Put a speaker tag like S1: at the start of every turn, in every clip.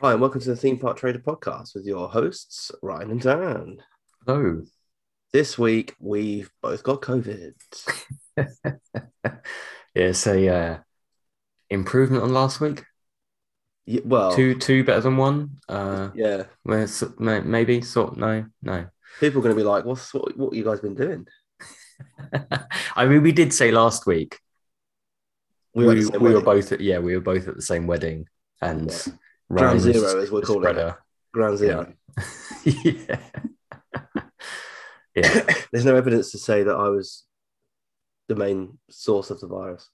S1: Hi, and welcome to the Theme Park Trader podcast with your hosts, Ryan and Dan.
S2: Hello.
S1: This week, we've both got COVID.
S2: it's a uh, improvement on last week.
S1: Yeah, well,
S2: Two, two better than one. Uh,
S1: yeah,
S2: well, s- may- maybe sort. No, no.
S1: people are going to be like, "What's what, what you guys been doing?"
S2: I mean, we did say last week we,
S1: at the
S2: we,
S1: same
S2: were
S1: wedding.
S2: both. At, yeah, we were both at the same wedding, and
S1: Yeah.
S2: Ryan
S1: ground
S2: was
S1: zero, as we're
S2: the
S1: calling it. Ground zero.
S2: spreader. yeah. yeah.
S1: There's no evidence to say that I was the main source of the virus.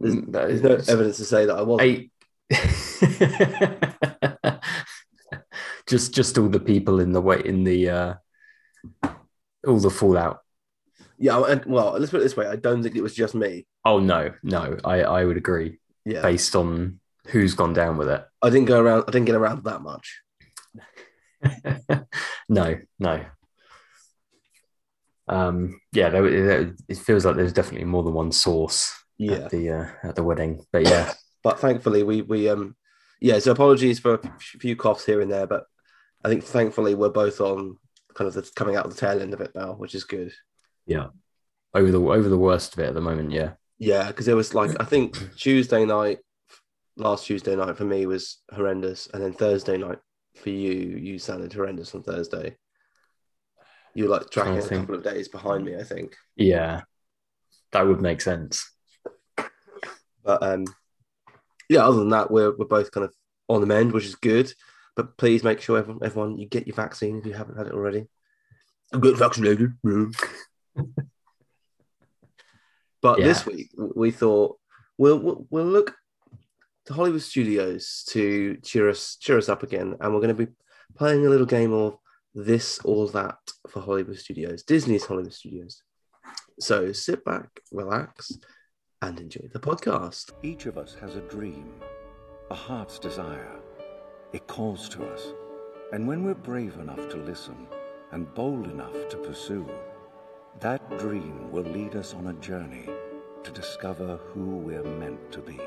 S1: There's no evidence to say that I was.
S2: Eight. just just all the people in the way in the uh all the fallout.
S1: Yeah, and well, let's put it this way: I don't think it was just me.
S2: Oh no, no, I I would agree
S1: Yeah,
S2: based on who's gone down with it.
S1: I didn't go around. I didn't get around that much.
S2: no, no. Um, yeah, there, there, it feels like there's definitely more than one source
S1: Yeah,
S2: at the uh, at the wedding, but yeah,
S1: but thankfully we we um yeah so apologies for a few coughs here and there but i think thankfully we're both on kind of the coming out of the tail end of it now which is good
S2: over the over the worst of it at the moment. Yeah,
S1: yeah because it was like i think tuesday night last tuesday night for me was horrendous and then thursday night for you you sounded horrendous on thursday you were like tracking
S2: Trying
S1: a
S2: to think.
S1: couple of days behind me i think
S2: yeah, that would make sense.
S1: But um, yeah, other than that, we're we're both kind of on the mend, which is good. But please make sure everyone, everyone you get your vaccine if you haven't had it already. Get vaccinated. yeah. but
S2: Yeah.
S1: this week w- we thought we'll we'll we'll look to Hollywood studios to cheer us cheer us up again, and we're going to be playing a little game of this or that for Hollywood studios, Disney's Hollywood studios. So sit back, relax, and enjoy the podcast.
S3: Each of us has a dream, a heart's desire. It calls to us. And when we're brave enough to listen and bold enough to pursue, that dream will lead us on a journey to discover who we're meant to be.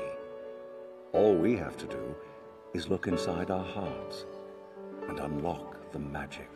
S3: All we have to do is look inside our hearts and unlock the magic.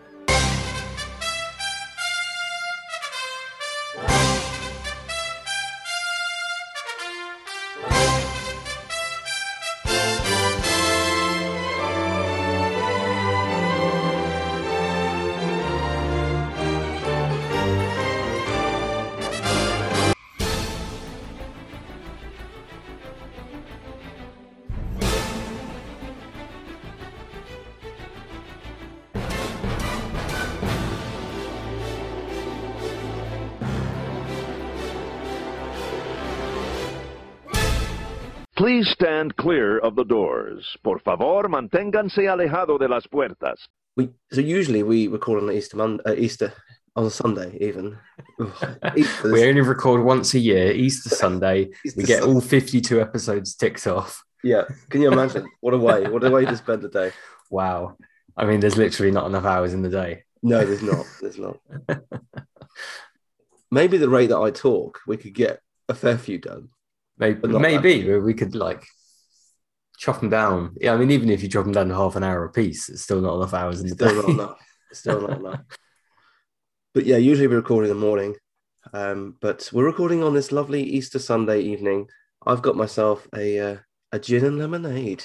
S4: Please stand clear of the doors. Por favor, manténganse alejado de las puertas.
S1: we so usually we record on Easter Monday, uh, Easter on a Sunday even. Ugh, Easter,
S2: we only record once a year, Easter Sunday.
S1: Easter
S2: We get
S1: Sunday.
S2: all 52 episodes ticked off.
S1: yeah. Can you imagine what a way? What a way to spend the day.
S2: Wow. I mean, there's literally not enough hours in the day.
S1: No, there's not. There's not. Maybe the rate that I talk, we could get a fair few done.
S2: Maybe,
S1: But not
S2: maybe we could like chop them down. Yeah, I mean, even if you chop them down to half an hour a piece, it's still not enough hours in the
S1: Still not
S2: day.
S1: enough. Still not enough. But yeah, usually we record in the morning. Um, but we're recording on this lovely Easter Sunday evening. I've got myself a uh, a gin and lemonade.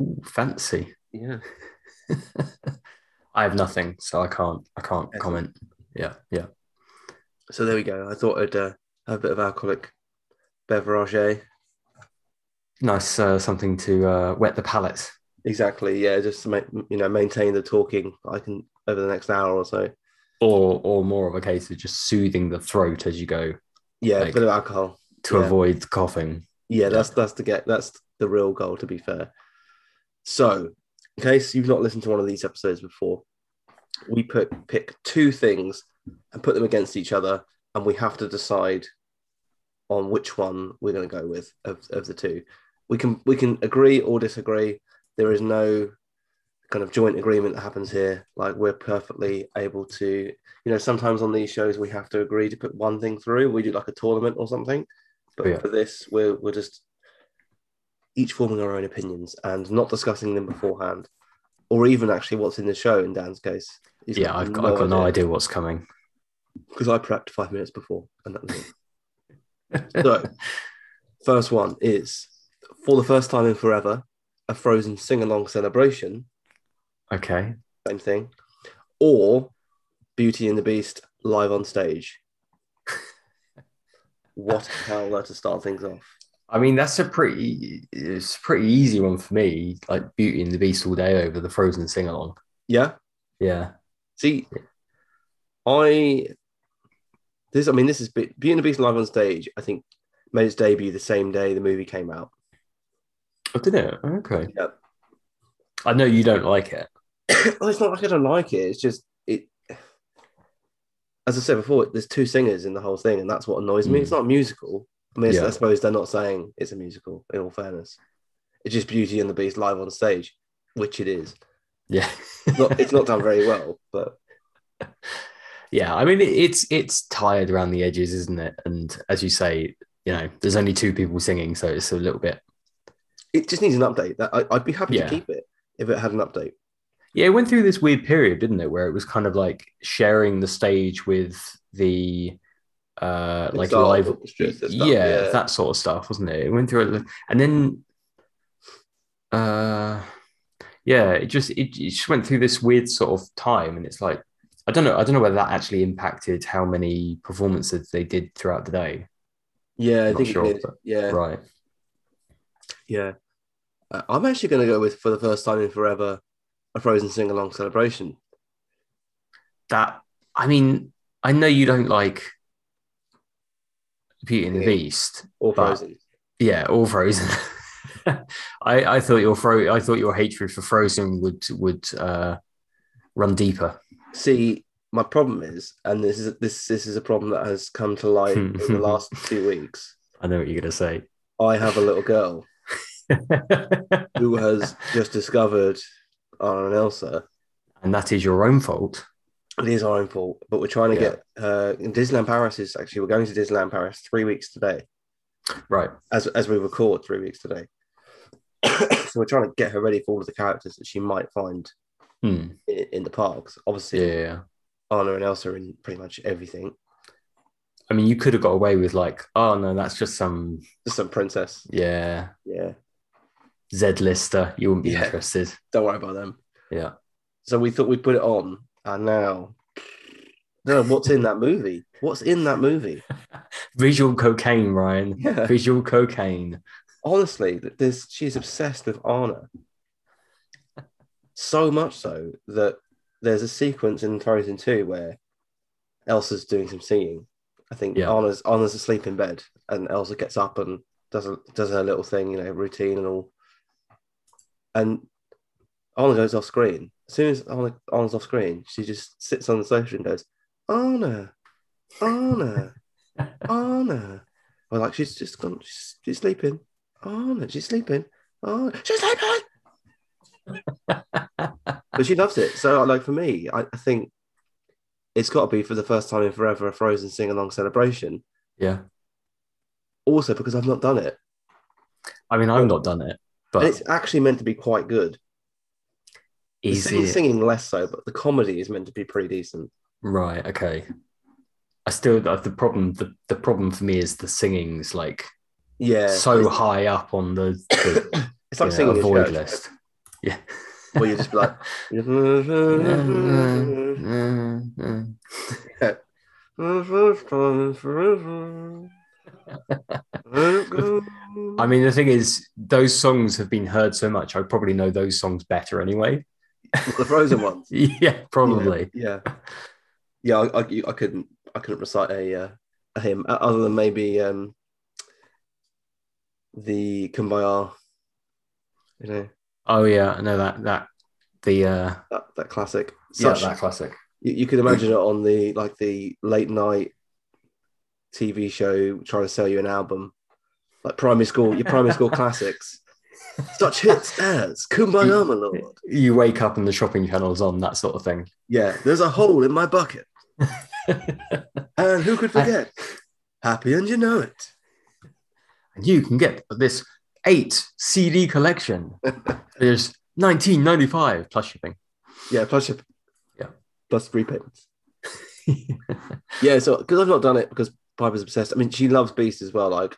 S2: Ooh, fancy.
S1: Yeah.
S2: I have nothing, so I can't. I can't
S1: Excellent.
S2: comment. Yeah, yeah.
S1: So there we go. I thought I'd uh, have a bit of alcoholic beverage. eh?
S2: Nice, uh, something to uh, wet the palate.
S1: Exactly. Yeah, just to make, you know maintain the talking I can over the next hour or so.
S2: Or, or more of a case of just soothing the throat as you go
S1: Yeah, a
S2: Like-
S1: bit of alcohol.
S2: to
S1: Yeah.
S2: avoid coughing.
S1: Yeah, that's that's the get that's the real goal. To be fair. So, in case you've not listened to one of these episodes before, we put pick two things and put them against each other, and we have to decide on which one we're going to go with of, of the two. We can we can agree or disagree. There is no kind of joint agreement that happens here. Like we're perfectly able to, you know, sometimes on these shows we have to agree to put one thing through. We do like a tournament or something. But
S2: Yeah.
S1: for this, we're we're just each forming our own opinions and not discussing them beforehand, or even actually what's in the show. In Dan's case, He's
S2: yeah, I've got, I've got no idea what's coming.
S1: because I prepped five minutes before, and that was it. So, first one is for the first time in forever, a Frozen sing along celebration,
S2: okay.
S1: same thing, or Beauty and the Beast live on stage. what a howler to start things off.
S2: I mean, that's a pretty it's a pretty easy one for me. Like Beauty and the Beast all day over the Frozen sing along.
S1: Yeah.
S2: Yeah.
S1: See, I this I mean this is Be- Beauty and the Beast live on stage. I think made its debut the same day the movie came out.
S2: I Oh, did it. Okay.
S1: Yep.
S2: I know you don't like it.
S1: well, it's not like I don't like it. It's just it. As I said before, there's two singers in the whole thing, and that's what annoys me.
S2: Mm.
S1: It's not a musical. I mean, it's-
S2: Yeah.
S1: I suppose they're not saying it's a musical. In all fairness, it's just Beauty and the Beast live on stage, which it is.
S2: Yeah.
S1: It's not, it's not done very well, but
S2: Yeah, I mean it, it's it's tired around the edges, isn't it? And as you say, you know, there's only two people singing, so it's a little bit.
S1: it just needs an update. That I, I'd be happy
S2: Yeah.
S1: to keep it if it had an update.
S2: Yeah, it went through this weird period, didn't it, where it was kind of like sharing the stage with the uh like
S1: Exile
S2: live
S1: orchestras and
S2: yeah,
S1: stuff, yeah.
S2: that sort of stuff, wasn't it? It went through a li- and then uh yeah, it just it, it just went through this weird sort of time and it's like I don't know, I don't know whether that actually impacted how many performances they did throughout the day.
S1: Yeah, I
S2: Not
S1: think
S2: sure,
S1: it did.
S2: but-
S1: Yeah,
S2: Right.
S1: yeah. Uh, I'm actually going to go with for the first time in forever, a Frozen sing along celebration.
S2: that I mean, I know you don't like Beauty and the
S1: Yeah.
S2: Beast,
S1: Or
S2: But-
S1: Frozen.
S2: yeah, or Frozen. I, I thought your fro- I thought your hatred for Frozen would would uh, run deeper.
S1: See, my problem is, and this is this this is a problem that has come to light in
S2: Hmm.
S1: the last two weeks.
S2: I know what you're gonna say.
S1: I have a little girl who has just discovered Anna and Elsa.
S2: and that is your own fault.
S1: It is our own fault, but we're trying to
S2: Yeah.
S1: get uh, Disneyland Paris is actually we're going to Disneyland Paris three weeks today.
S2: Right.
S1: as as we record three weeks today. so we're trying to get her ready for all of the characters that she might find
S2: Hmm.
S1: in, in the parks.
S2: Yeah,
S1: Obviously,
S2: yeah, yeah.
S1: Anna and Elsa are in pretty much everything.
S2: I mean, you could have got away with like, oh no, that's just some
S1: Just some princess.
S2: yeah
S1: Yeah,
S2: Z lister. You wouldn't be
S1: Yeah.
S2: interested.
S1: don't worry about them.
S2: Yeah.
S1: So we thought we'd put it on, and now, no, what's in that movie? What's in that movie?
S2: Visual cocaine, Ryan.
S1: Yeah.
S2: Visual cocaine.
S1: Honestly, th- there's she's obsessed with Anna. So much so that there's a sequence in Frozen 2 where Elsa's doing some singing. I think
S2: Yeah.
S1: Anna's Anna's asleep in bed and Elsa gets up and does a, does her little thing, you know, routine and all. And Anna goes off screen. As soon as Anna, Anna's off screen, she just sits on the sofa and goes, Anna, Anna, Anna. Well, like she's just gone, she's, she's sleeping. Anna, she's sleeping. Oh, she's sleeping. but she loves it. So, like for me, I, I think it's got to be for the first time in forever a Frozen sing along celebration.
S2: Yeah.
S1: Also, because I've not done it,
S2: I mean, I've not done it,
S1: and
S2: but
S1: it's actually meant to be quite good. The
S2: is
S1: sing-
S2: it
S1: singing less so, but the comedy is meant to be pretty decent.
S2: right? Okay. I still uh, the problem. The, the problem for me is the singing's like
S1: Yeah,
S2: so
S1: it's,
S2: high up on the, the
S1: it's like
S2: you know,
S1: singing in
S2: avoid
S1: church,
S2: list. Yeah.
S1: where you just be like.
S2: I mean, the thing is, those songs have been heard so much. I probably know those songs better anyway.
S1: the frozen ones.
S2: yeah, probably.
S1: Yeah, yeah. I, I, you- I couldn't, I couldn't recite a, uh, a hymn o- other than maybe um, the Kumbaya. You know
S2: Oh yeah, I know that that the uh,
S1: that, that classic.
S2: yeah
S1: Such,
S2: that classic.
S1: you, you could imagine it on the like the late night TV show trying to sell you an album, like primary school, your primary school classics. Such hits as Kumbaya, my lord.
S2: You wake up and the shopping channel's on, that sort of thing.
S1: Yeah, there's a hole in my bucket. and who could forget? Happy and you know it.
S2: And you can get this eight CD collection. There's 1995 plus shipping.
S1: Yeah, plus your,
S2: Yeah.
S1: plus three payments. Yeah, so because I've not done it because Piper's obsessed. I mean, she loves Beast as well. Like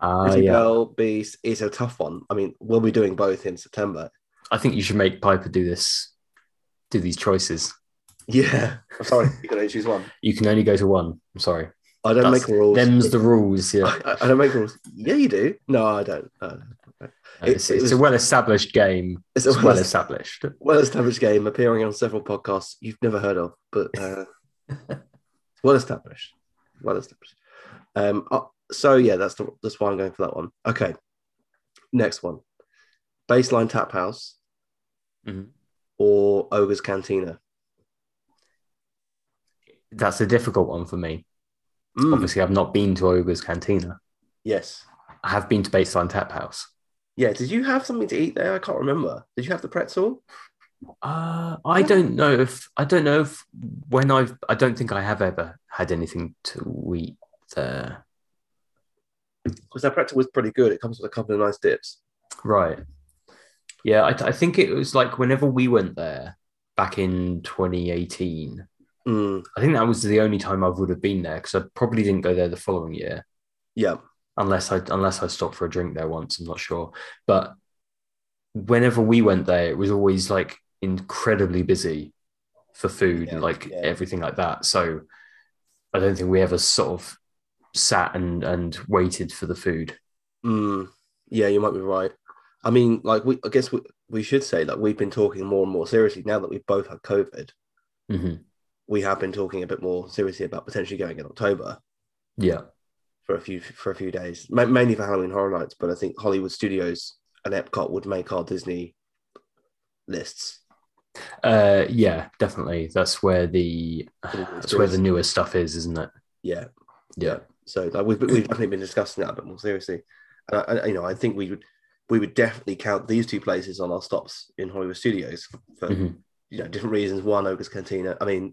S2: uh,
S1: Pretty
S2: yeah.
S1: Girl, Beast is a tough one. I mean, we'll be doing both in September.
S2: I think you should make Piper do this, do these choices.
S1: Yeah, I'm sorry, you can only choose one.
S2: You can only go to one. I'm sorry.
S1: I don't make
S2: That's-
S1: rules.
S2: Them's the rules. Yeah.
S1: I, I don't make rules. Yeah, you do. No, I don't. Uh,
S2: No, it's,
S1: it
S2: it's
S1: was-
S2: a well established game.
S1: it's
S2: It's
S1: a
S2: well
S1: well,
S2: established.
S1: well established game appearing on several podcasts you've never heard of, but uh, well established. Well established. Um, uh, so yeah, that's the, that's why I'm going for that one. Okay, next one: Baseline Tap House
S2: Mhm.
S1: or Ogre's Cantina.
S2: That's a difficult one for me.
S1: Mm,
S2: Obviously, I've not been to Ogre's Cantina.
S1: yes.
S2: I have been to Baseline Tap House.
S1: Yeah. Did you have something to eat there? I can't remember. Did you have the pretzel?
S2: Uh, I don't know if I don't know if when I've I don't think I have ever had anything to eat there.
S1: Because that pretzel was pretty good. It comes with a couple of nice dips.
S2: Right. Yeah, I, I think it was like whenever we went there back in 2018.
S1: Mm,
S2: I think that was the only time I would have been there because I probably didn't go there the following year.
S1: yeah.
S2: unless I unless I stopped for a drink there once, I'm not sure. But whenever we went there, it was always like incredibly busy for food
S1: Yeah,
S2: and like
S1: yeah.
S2: everything like that. So I don't think we ever sort of sat and and waited for the food.
S1: Mm, yeah, you might be right. I mean, like we, I guess we, we should say like we've been talking more and more seriously now that we've both had COVID.
S2: Mhm.
S1: We have been talking a bit more seriously about potentially going in October
S2: Yeah,
S1: for a few for a few days, ma- mainly for Halloween Horror Nights. But I think Hollywood Studios and Epcot would make our Disney lists.
S2: uh, yeah, definitely. That's where the that's where the newest stuff is, isn't it?
S1: Yeah,
S2: Yeah,
S1: so like we've we've definitely been discussing that a bit more seriously. And I, I, you know, I think we would we would definitely count these two places on our stops in Hollywood Studios for
S2: Mhm.
S1: you know different reasons. One, Ogre's Cantina. I mean,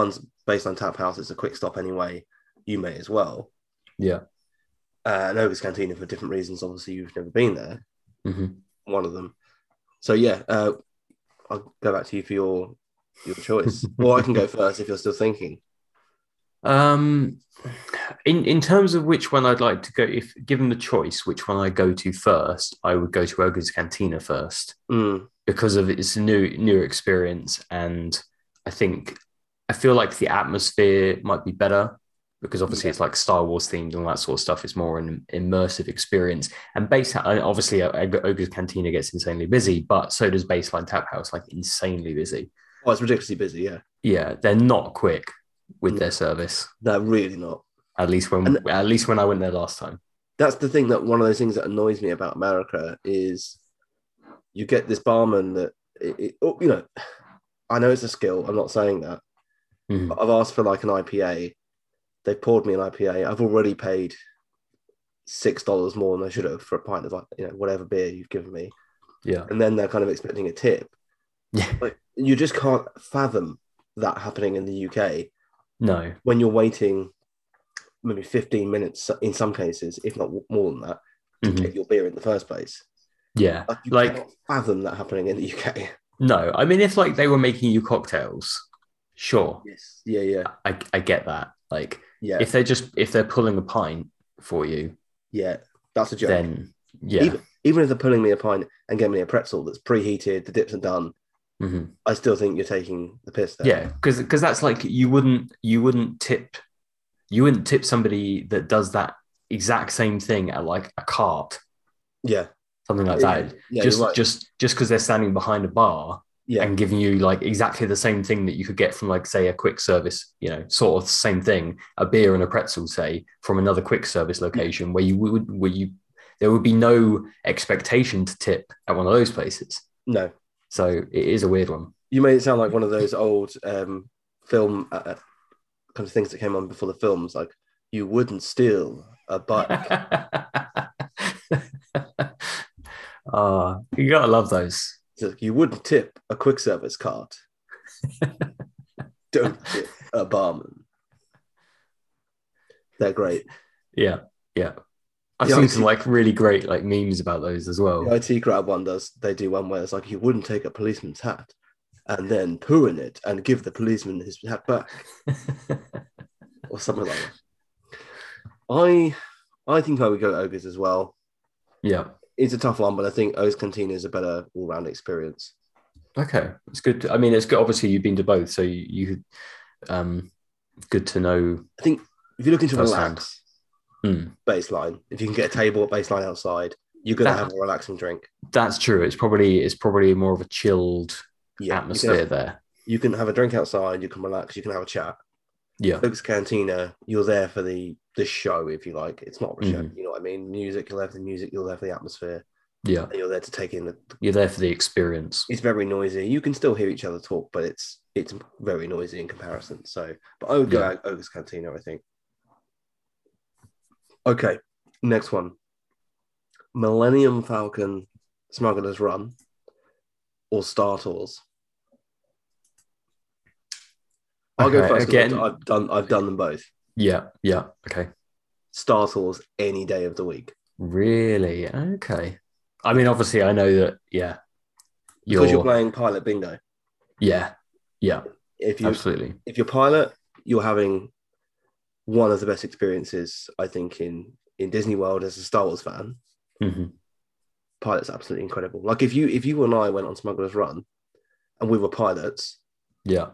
S1: one's based on Tap House. It's a quick stop anyway. You may as well.
S2: Yeah.
S1: Uh, and Ogre's Cantina for different reasons. Obviously, you've never been there.
S2: Mhm.
S1: One of them. So yeah, uh, I'll go back to you for your your choice, or I can go first if you're still thinking.
S2: Um, in in terms of which one I'd like to go, if given the choice, which one I go to first, I would go to Ogre's Cantina first
S1: Mm,
S2: because of it's a new new experience, and I think I feel like the atmosphere might be better because obviously
S1: Yeah.
S2: it's like Star Wars themed and that sort of stuff. It's more an immersive experience, and base and obviously O- O- Ogre's Cantina gets insanely busy, but so does Baseline Tap House, like insanely busy.
S1: oh, it's ridiculously busy. Yeah,
S2: Yeah, they're not quick with
S1: No.
S2: their service.
S1: no, really not.
S2: At least when
S1: And-
S2: at least when I went there last time.
S1: that's the thing that one of those things that annoys me about America is you get this barman that it, it- oh, you know I know it's a skill I'm not saying that
S2: Mhm.
S1: but I've asked for like an IPA they poured me an IPA I've already paid six dollars more than I should have for a pint of like, you know whatever beer you've given me
S2: Yeah.
S1: and then they're kind of expecting a tip
S2: Yeah.
S1: like you just can't fathom that happening in the UK
S2: No.
S1: when you're waiting maybe 15 minutes in some cases if not more than that to
S2: Mhm.
S1: get your beer in the first place
S2: Yeah.
S1: like you
S2: Like-
S1: cannot fathom that happening in the UK.
S2: No. I mean, if like they were making you cocktails, sure,
S1: Yes. Yeah, yeah,
S2: I, I get that. Like
S1: yeah,
S2: if they're just if they're pulling a pint for you,
S1: yeah. That's a joke.
S2: then yeah,
S1: Even if they're pulling me a pint and getting me a pretzel that's preheated, the dips are done,
S2: Mhm.
S1: I still think you're taking the piss. There.
S2: yeah, because because that's like you wouldn't you wouldn't tip you wouldn't tip somebody that does that exact same thing at like a cart
S1: yeah,
S2: something like
S1: yeah.
S2: that.
S1: yeah,
S2: just
S1: you're right.
S2: just just because they're standing behind a bar
S1: yeah,
S2: and giving you like exactly the same thing that you could get from like say a quick service you know sort of same thing a beer and a pretzel say from another quick service location where you would where you there would be no expectation to tip at one of those places
S1: no,
S2: so it is a weird one
S1: you made it sound like one of those old um, film uh, uh, kind of things that came on before the films, like you wouldn't steal a bike.
S2: Ah, you gotta love those
S1: It's like, you wouldn't tip a quick service cart. Don't tip a barman. They're great.
S2: yeah yeah I've
S1: Yeah, I
S2: seen some
S1: see.
S2: like really great like memes about those as well.
S1: The IT grab one does. They do one where it's like you wouldn't take a policeman's hat and then poo in it and give the policeman his hat back or something like that. I I think I would go ogres as well.
S2: yeah.
S1: It's a tough one, but I think O's Cantina is a better all round experience.
S2: Okay, it's good. I mean, it's good. Obviously, you've been to both, so you, you um, good to know.
S1: I think if you're looking to
S2: First
S1: relax,
S2: Mm.
S1: baseline. If you can get a table at baseline outside, you're gonna
S2: That-
S1: have a relaxing drink.
S2: That's true. It's probably it's probably more of a chilled
S1: Yeah, you can,
S2: atmosphere
S1: have,
S2: there.
S1: you can have a drink outside. You can relax. You can have a chat.
S2: Yeah,
S1: Luke's Cantina, you're there for the the show, if you like. It's not a
S2: Mm-hmm.
S1: show, you know what I mean. Music, you're there for the music. You're there for the atmosphere.
S2: yeah.
S1: And you're there to take in the.
S2: You're there for the experience.
S1: It's very noisy. You can still hear each other talk, but it's it's very noisy in comparison. So, but I would go
S2: Yeah.
S1: out Ogre's Cantina, I think. Okay, next one. Millennium Falcon, Smuggler's Run, or Star Tours. I'll go
S2: Okay,
S1: first. 'cause I've-
S2: again-
S1: I've done I've done them both.
S2: Yeah, yeah. Okay,
S1: Star Tours any day of the week
S2: really. Okay. I mean, obviously, I know that. Yeah,
S1: because you're,
S2: you're.
S1: playing pilot bingo.
S2: yeah, yeah.
S1: If you
S2: Absolutely.
S1: if you're pilot, you're having one of the best experiences I think in in Disney World as a Star Wars fan.
S2: hmm
S1: Pilot's absolutely incredible. Like if you if you and I went on Smuggler's Run, and we were pilots,
S2: Yeah,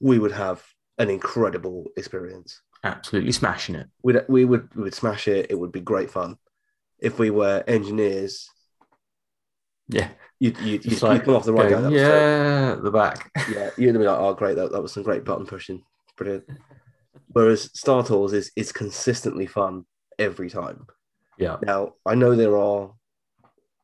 S1: we would have an incredible experience.
S2: absolutely smashing it.
S1: We'd, we would we would smash it. It would be great fun. If we were engineers,
S2: Yeah,
S1: you'd you'd, you'd,
S2: Just like
S1: you'd come off the right guy.
S2: Going,
S1: that was so-
S2: yeah, the back.
S1: yeah, you'd be like, oh, great, that, that was some great button pushing. Brilliant. Whereas Star Tours is, is consistently fun every time.
S2: Yeah,
S1: Now, I know there are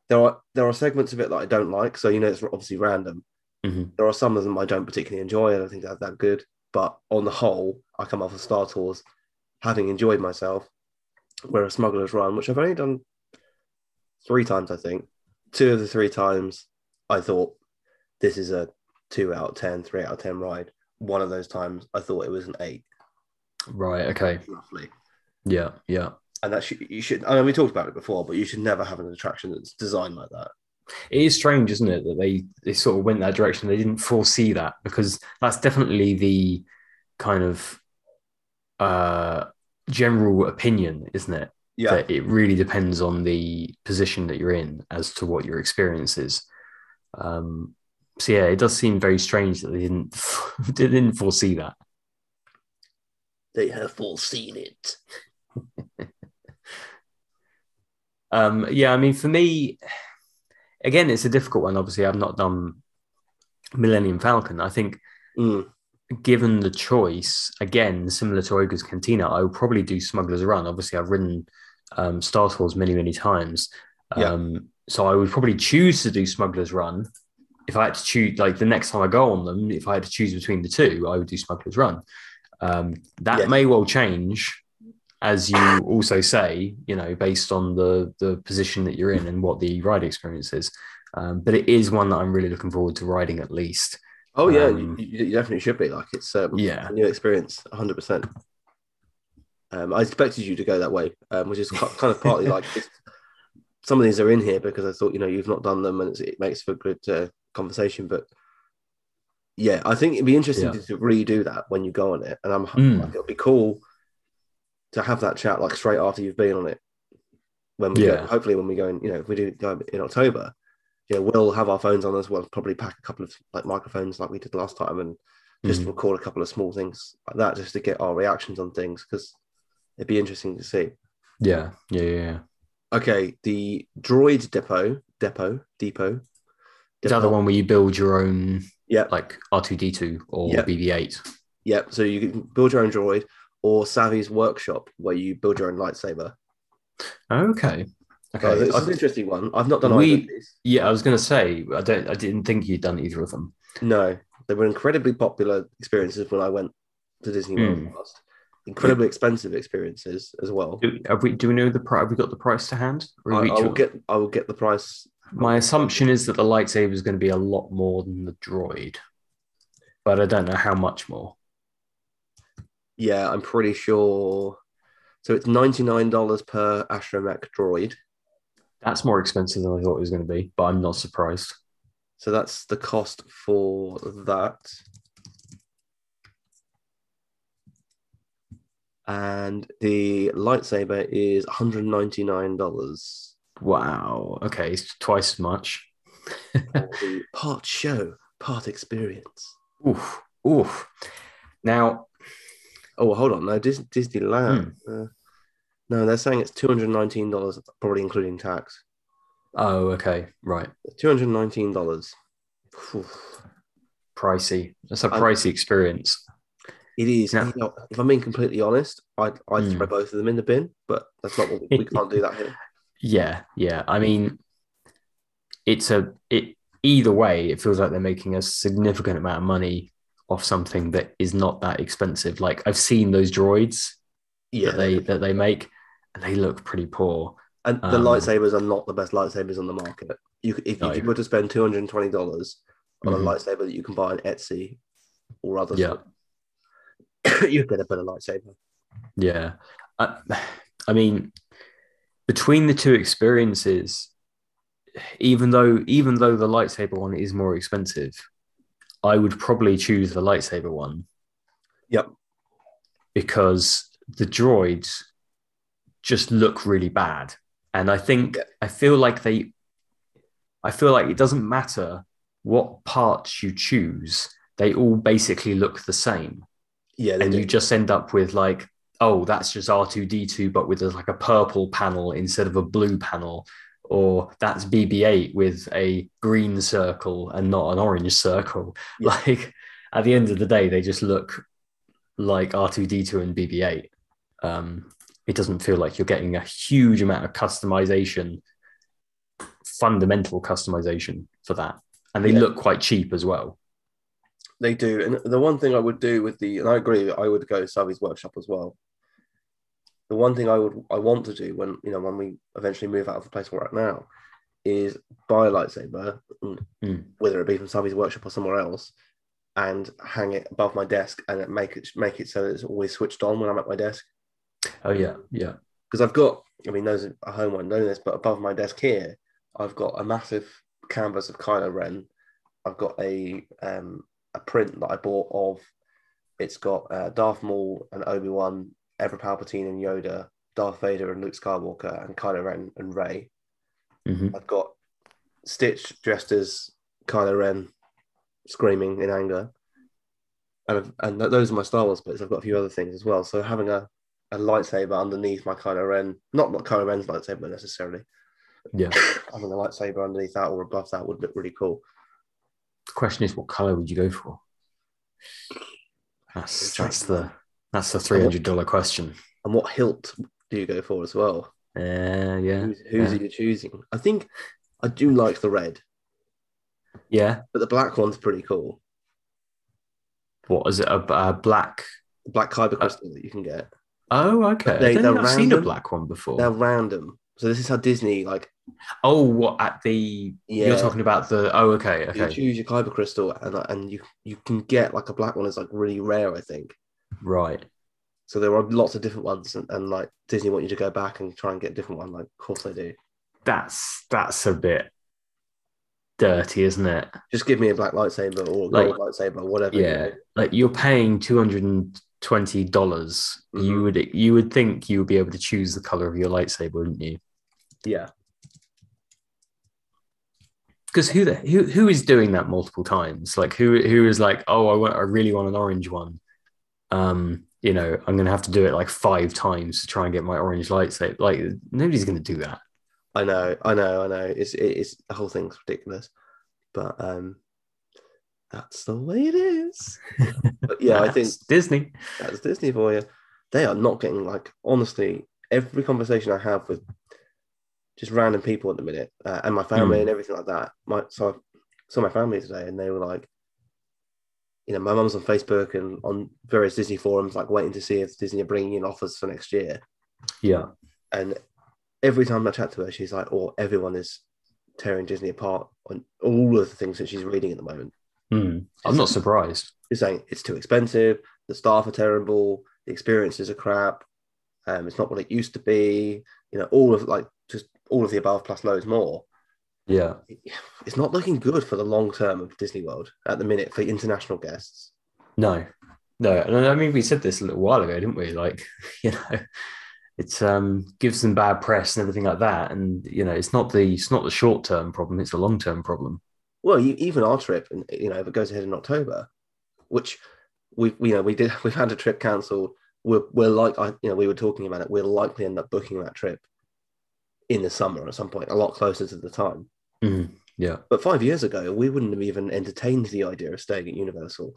S1: there are there are segments of it that I don't like. So you know it's obviously random.
S2: Mhm.
S1: There are some of them I don't particularly enjoy. I don't think they're that good. But on the whole, I come off of Star Tours having enjoyed myself. Whereas Smuggler's Run, which I've only done three times, I think. Two of the three times I thought this is a two out of ten, three out of ten ride. One of those times I thought it was an eight,
S2: right. Okay.
S1: roughly.
S2: Yeah, yeah.
S1: And that should, you should, I mean, we talked about it before, but you should never have an attraction that's designed like that.
S2: It is strange, isn't it, that they they sort of went that direction. They didn't foresee that because that's definitely the kind of uh general opinion, isn't it?
S1: Yeah.
S2: That it really depends on the position that you're in as to what your experience is. Um so yeah, it does seem very strange that they didn't they didn't foresee that.
S1: They have foreseen it.
S2: Um, yeah, I mean, for me, again, it's a difficult one. Obviously, I've not done Millennium Falcon. I think
S1: Mm,
S2: given the choice, again, similar to Ogre's Cantina, I would probably do Smuggler's Run. Obviously, I've ridden um, Star Tours many, many times.
S1: Yeah.
S2: Um, so I would probably choose to do Smuggler's Run. If I had to choose, like the next time I go on them, if I had to choose between the two, I would do Smuggler's Run. Um, that
S1: Yeah.
S2: may well change, as you also say, you know, based on the the position that you're in and what the ride experience is. Um, but it is one that I'm really looking forward to riding at least.
S1: Oh, yeah,
S2: Um,
S1: you, you definitely should be. Like, it's um,
S2: Yeah.
S1: a new experience, 100%. Um, I expected you to go that way, um, which is ki- kind of partly like it's, some of these are in here because I thought, you know, you've not done them and it's, it makes for good uh, conversation. But yeah, I think it'd be interesting
S2: Yeah.
S1: to, to redo that when you go on it. And I'm
S2: Mm.
S1: like, it'll be cool to have that chat like straight after you've been on it. When we
S2: Yeah.
S1: go, hopefully, when we go in, you know, if we do go in October, you know, we'll have our phones on us. We'll probably pack a couple of like microphones like we did last time and just
S2: Mhm.
S1: record a couple of small things like that just to get our reactions on things because it'd be interesting to see.
S2: Yeah, yeah, yeah. yeah.
S1: Okay, the droid depot, depot, depot.
S2: Is that the one where you build your own,
S1: Yeah.
S2: like R two D two or
S1: Yeah.
S2: BB eight?
S1: Yep. So you can build your own droid or Savvy's workshop where you build your own lightsaber.
S2: Okay, okay.
S1: Okay, it's
S2: I-
S1: an interesting one. I've not done
S2: We-
S1: either of these.
S2: yeah, I was gonna say I don't. I didn't think you'd done either of them.
S1: No, they were incredibly popular experiences when I went to Disney World
S2: Mm.
S1: last. Incredibly expensive experiences as well.
S2: Do, have we? Do we know the price? Have we got the price to hand? Or
S1: I,
S2: have
S1: I
S2: we each
S1: will
S2: of-
S1: get I will get the price.
S2: My assumption is that the lightsaber is going to be a lot more than the droid, but I don't know how much more.
S1: Yeah, I'm pretty sure So it's $99 per Astromech droid.
S2: That's more expensive than I thought it was going to be, but I'm not surprised.
S1: So that's the cost for that. And the lightsaber is $199.
S2: Wow. Okay, it's twice as much.
S1: for the part show, part experience.
S2: Oof. Oof. Now,
S1: Oh, well, hold on. No, Dis-
S2: Hmm.
S1: Disneyland. Uh, no, they're saying it's $219, probably including tax.
S2: oh, okay, right.
S1: $219. Phew.
S2: Pricey. That's a
S1: I'm-
S2: pricey experience.
S1: It is.
S2: No.
S1: you know, if I'm being completely honest, I'd, I'd
S2: Hmm.
S1: throw both of them in the bin, but that's not what we, we can't do that here.
S2: Yeah, yeah. I mean, it's a it either way, it feels like they're making a significant amount of money off something that is not that expensive. Like I've seen those droids
S1: Yeah.
S2: that they that they make, and they look pretty poor.
S1: And the
S2: Um,
S1: lightsabers are not the best lightsabers on the market. You, c- if,
S2: No.
S1: if you were to spend two hundred and twenty dollars on
S2: Mhm.
S1: a lightsaber that you can buy on Etsy or other,
S2: Yeah.
S1: stuff, you'd get a better lightsaber.
S2: Yeah. I, I mean, between the two experiences, even though even though the lightsaber one is more expensive, I would probably choose the lightsaber one.
S1: Yep.
S2: Because the droids just look really bad. And I think
S1: Yeah.
S2: I feel like they I feel like it doesn't matter what parts you choose, they all basically look the same
S1: Yeah, they
S2: and
S1: do.
S2: you just end up with like oh that's just r2d2 but with a, like a purple panel instead of a blue panel or that's bb8 with a green circle and not an orange circle
S1: Yeah.
S2: like at the end of the day they just look like r2d2 and bb8 um, it doesn't feel like you're getting a huge amount of customization fundamental customization for that and they
S1: Yeah.
S2: look quite cheap as well
S1: they do. And the one thing I would do with the, and I agree, I would go Savvy's workshop as well. The one thing I would, I want to do when you know when we eventually move out of the place we're at now, is buy a lightsaber, mm,
S2: Mm.
S1: whether it be from Savvy's workshop or somewhere else, and hang it above my desk and it- make it make it so that it's always switched on when I'm at my desk.
S2: oh yeah yeah
S1: Because I've got, I mean, those at home won't know this, but above my desk here, I've got a massive canvas of Kylo Ren. I've got a um, a print that I bought of. It's got uh, Darth Maul and Obi Wan, Emperor Palpatine and Yoda, Darth Vader and Luke Skywalker, and Kylo Ren and Rey.
S2: hmm
S1: I've got Stitch dressed as Kylo Ren, screaming in anger, and I've, and th- those are my Star Wars bits. I've got a few other things as well. So having a, a lightsaber underneath my Kylo Ren, not not Kylo Ren's lightsaber necessarily,
S2: yeah
S1: having a lightsaber underneath that or above that would look really cool.
S2: the question is what color would you go for that's
S1: Interesting.
S2: that's the that's the $300 question
S1: And what hilt do you go for as well?
S2: yeah Uh, yeah
S1: Who's, who's
S2: yeah.
S1: are you choosing? I think I do like the red,
S2: yeah
S1: but the black one's pretty cool.
S2: what is it a, a black
S1: The black
S2: Uh,
S1: kyber crystal that you can get.
S2: oh okay
S1: They-
S2: I don't
S1: they're
S2: think i've seen a
S1: random.
S2: black one before
S1: They're random. So this is how Disney like
S2: oh what at the
S1: Yeah.
S2: you're talking about the oh okay
S1: you
S2: okay
S1: choose your kyber crystal and uh, and you you can get like a black one is like really rare i think
S2: right
S1: so there are lots of different ones and, and like disney want you to go back and try and get a different one like of course they do
S2: that's that's a bit dirty isn't it
S1: just give me a black lightsaber or a
S2: Like-
S1: gold lightsaber or whatever you
S2: yeah
S1: know.
S2: like you're paying $220 dollars you
S1: Mm-hmm.
S2: would you would think you would be able to choose the color of your lightsaber wouldn't you
S1: yeah
S2: because who the who who is doing that multiple times? Like who who is like, oh, I want, I really want an orange one. Um, you know, I'm gonna have to do it like five times to try and get my orange lightsaber. Like nobody's gonna do that.
S1: i know i know i know it's it- it's the whole thing's ridiculous but um that's the way it is but yeah i think
S2: That's Disney.
S1: That's Disney for you. They are not getting like honestly. Every conversation I have with just random people at the minute, uh, and my family
S2: Mm.
S1: and everything like that. My so I saw my family today, and they were like, you know, my mum's on Facebook and on various Disney forums, like waiting to see if Disney are bringing in offers for next year.
S2: Yeah,
S1: And every time I chat to her, she's like, "Or everyone is tearing Disney apart on all of the things that she's reading at the moment."
S2: Hmm. I'm not surprised.
S1: You're saying it's too expensive, the staff are terrible, the experiences are crap, Um, it's not what it used to be. You know, all of like just all of the above plus loads more.
S2: Yeah.
S1: It's not looking good for the long term of Disney World at the minute for international guests.
S2: No, no, and I mean we said this a little while ago, didn't we? Like, you know, it's um gives them bad press and everything like that, and you know, it's not the it's not the short term problem; it's the long term problem.
S1: Well, you, even our trip, and you know, if it goes ahead in October, which we you know we did we've had a trip cancelled. We're we're like I you know we were talking about it. We'll likely end up booking that trip in the summer at some point, a lot closer to the time.
S2: Mhm. Yeah,
S1: But five years ago, we wouldn't have even entertained the idea of staying at Universal.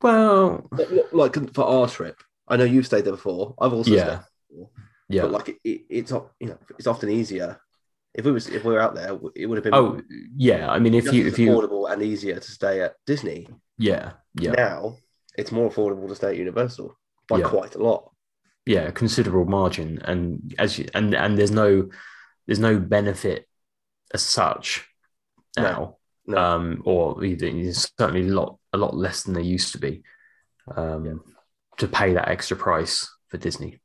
S2: well,
S1: But, Like for our trip, I know you've stayed there before. I've also stayed
S2: yeah,
S1: there before.
S2: yeah.
S1: But like it, it, it's op- you know it's often easier if we was if we were out there, it would have been
S2: oh, yeah. I mean, if
S1: just
S2: you
S1: as
S2: if you
S1: affordable and easier to stay at Disney.
S2: yeah yeah
S1: Now it's more affordable to stay at Universal by
S2: Yeah.
S1: quite a lot.
S2: yeah a considerable margin, and as you and and there's no there's no benefit as such
S1: No,
S2: now,
S1: no.
S2: um, or even it's certainly a lot a lot less than there used to be, um, to pay that extra price for Disney.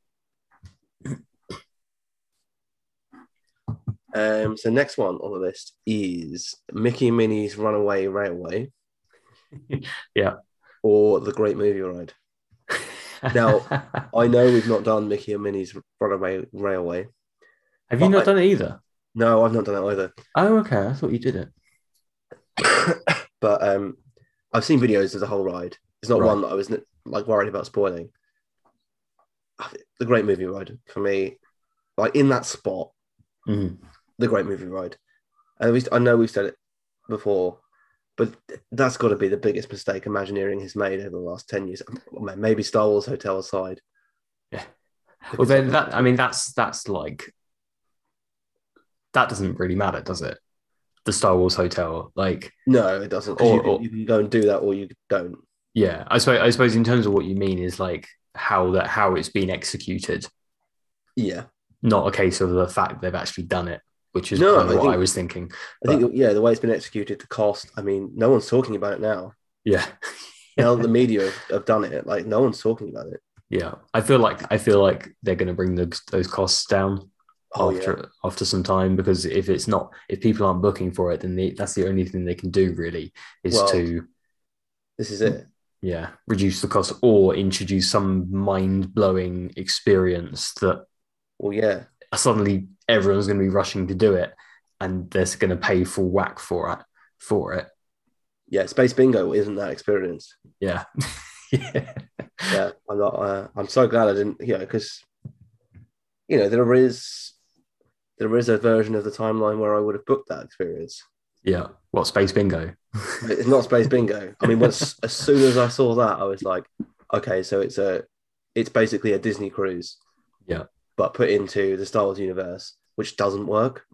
S1: Um, so next one on the list is Mickey and Minnie's Runaway Railway.
S2: Yeah.
S1: Or the Great Movie Ride. Now- I know we've not done Mickey and Minnie's Runaway Railway.
S2: have you
S1: but
S2: not
S1: I-
S2: done it either?
S1: No, I've not done it either.
S2: Oh, okay. I thought you did it.
S1: but um, I've seen videos of the whole ride. It's not
S2: Right.
S1: one that I was like worried about spoiling. The Great Movie Ride for me, like in that spot,
S2: Mhm.
S1: the Great Movie Ride. And we, I know we've said it before, but that's got to be the biggest mistake Imagineering has made over the last ten years. Maybe Star Wars Hotel aside.
S2: Yeah. Well, then that I mean that's that's like that doesn't really matter, does it? The Star Wars hotel, like
S1: No, it doesn't. 'cause
S2: Or-
S1: you, can-
S2: or-
S1: you can go and do that, or you don't.
S2: yeah. I suppose I suppose in terms of what you mean is like how that how it's been executed,
S1: Yeah,
S2: not a case of the fact they've actually done it, which is
S1: No,
S2: kind of
S1: I
S2: what
S1: think-
S2: I was thinking.
S1: I think yeah, the way it's been executed, the cost. I mean, no one's talking about it now.
S2: Yeah,
S1: Now that the media have, have done it, like no one's talking about it.
S2: yeah. I feel like I feel like they're going to bring those those costs down
S1: Oh yeah,
S2: after after some time because if it's not if people aren't booking for it, then the, that's the only thing they can do really is
S1: Well-
S2: to
S1: this is it.
S2: yeah reduce the cost or introduce some mind-blowing experience that
S1: Well, yeah,
S2: suddenly everyone's going to be rushing to do it and they're going to pay full whack for it for it
S1: yeah. Space Bingo isn't that experience.
S2: yeah yeah
S1: Yeah, I'm not. Uh, I'm so glad I didn't. You know, because you know there is there is a version of the timeline where I would have booked that experience.
S2: yeah what space bingo
S1: But It's not Space Bingo. I mean, once as soon as I saw that, I was like, okay, so it's a it's basically a Disney cruise.
S2: Yeah.
S1: But put into the Star Wars universe, which doesn't work.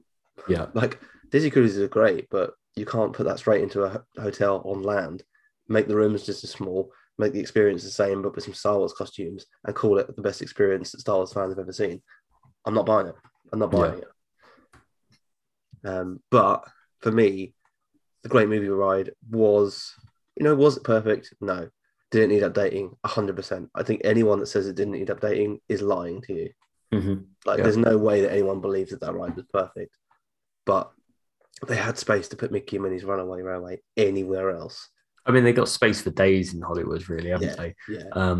S2: yeah
S1: like Disney cruises are great, but you can't put that straight into a ho- hotel on land. Make the rooms just as small, make the experience the same, but with some Star Wars costumes, and call it the best experience that Star Wars fans have ever seen. I'm not buying it. I'm not buying it. Um, but for me, the Great Movie Ride was, you know, was it perfect? No, didn't need updating. 100%. I think anyone that says it didn't need updating is lying to you.
S2: hmm
S1: Like,
S2: Yeah.
S1: there's no way that anyone believes that that ride was perfect. But they had space to put Mickey and Minnie's Runaway Railway anywhere else.
S2: i mean they got space for days in hollywood really haven't
S1: Yeah.
S2: they
S1: Yeah,
S2: um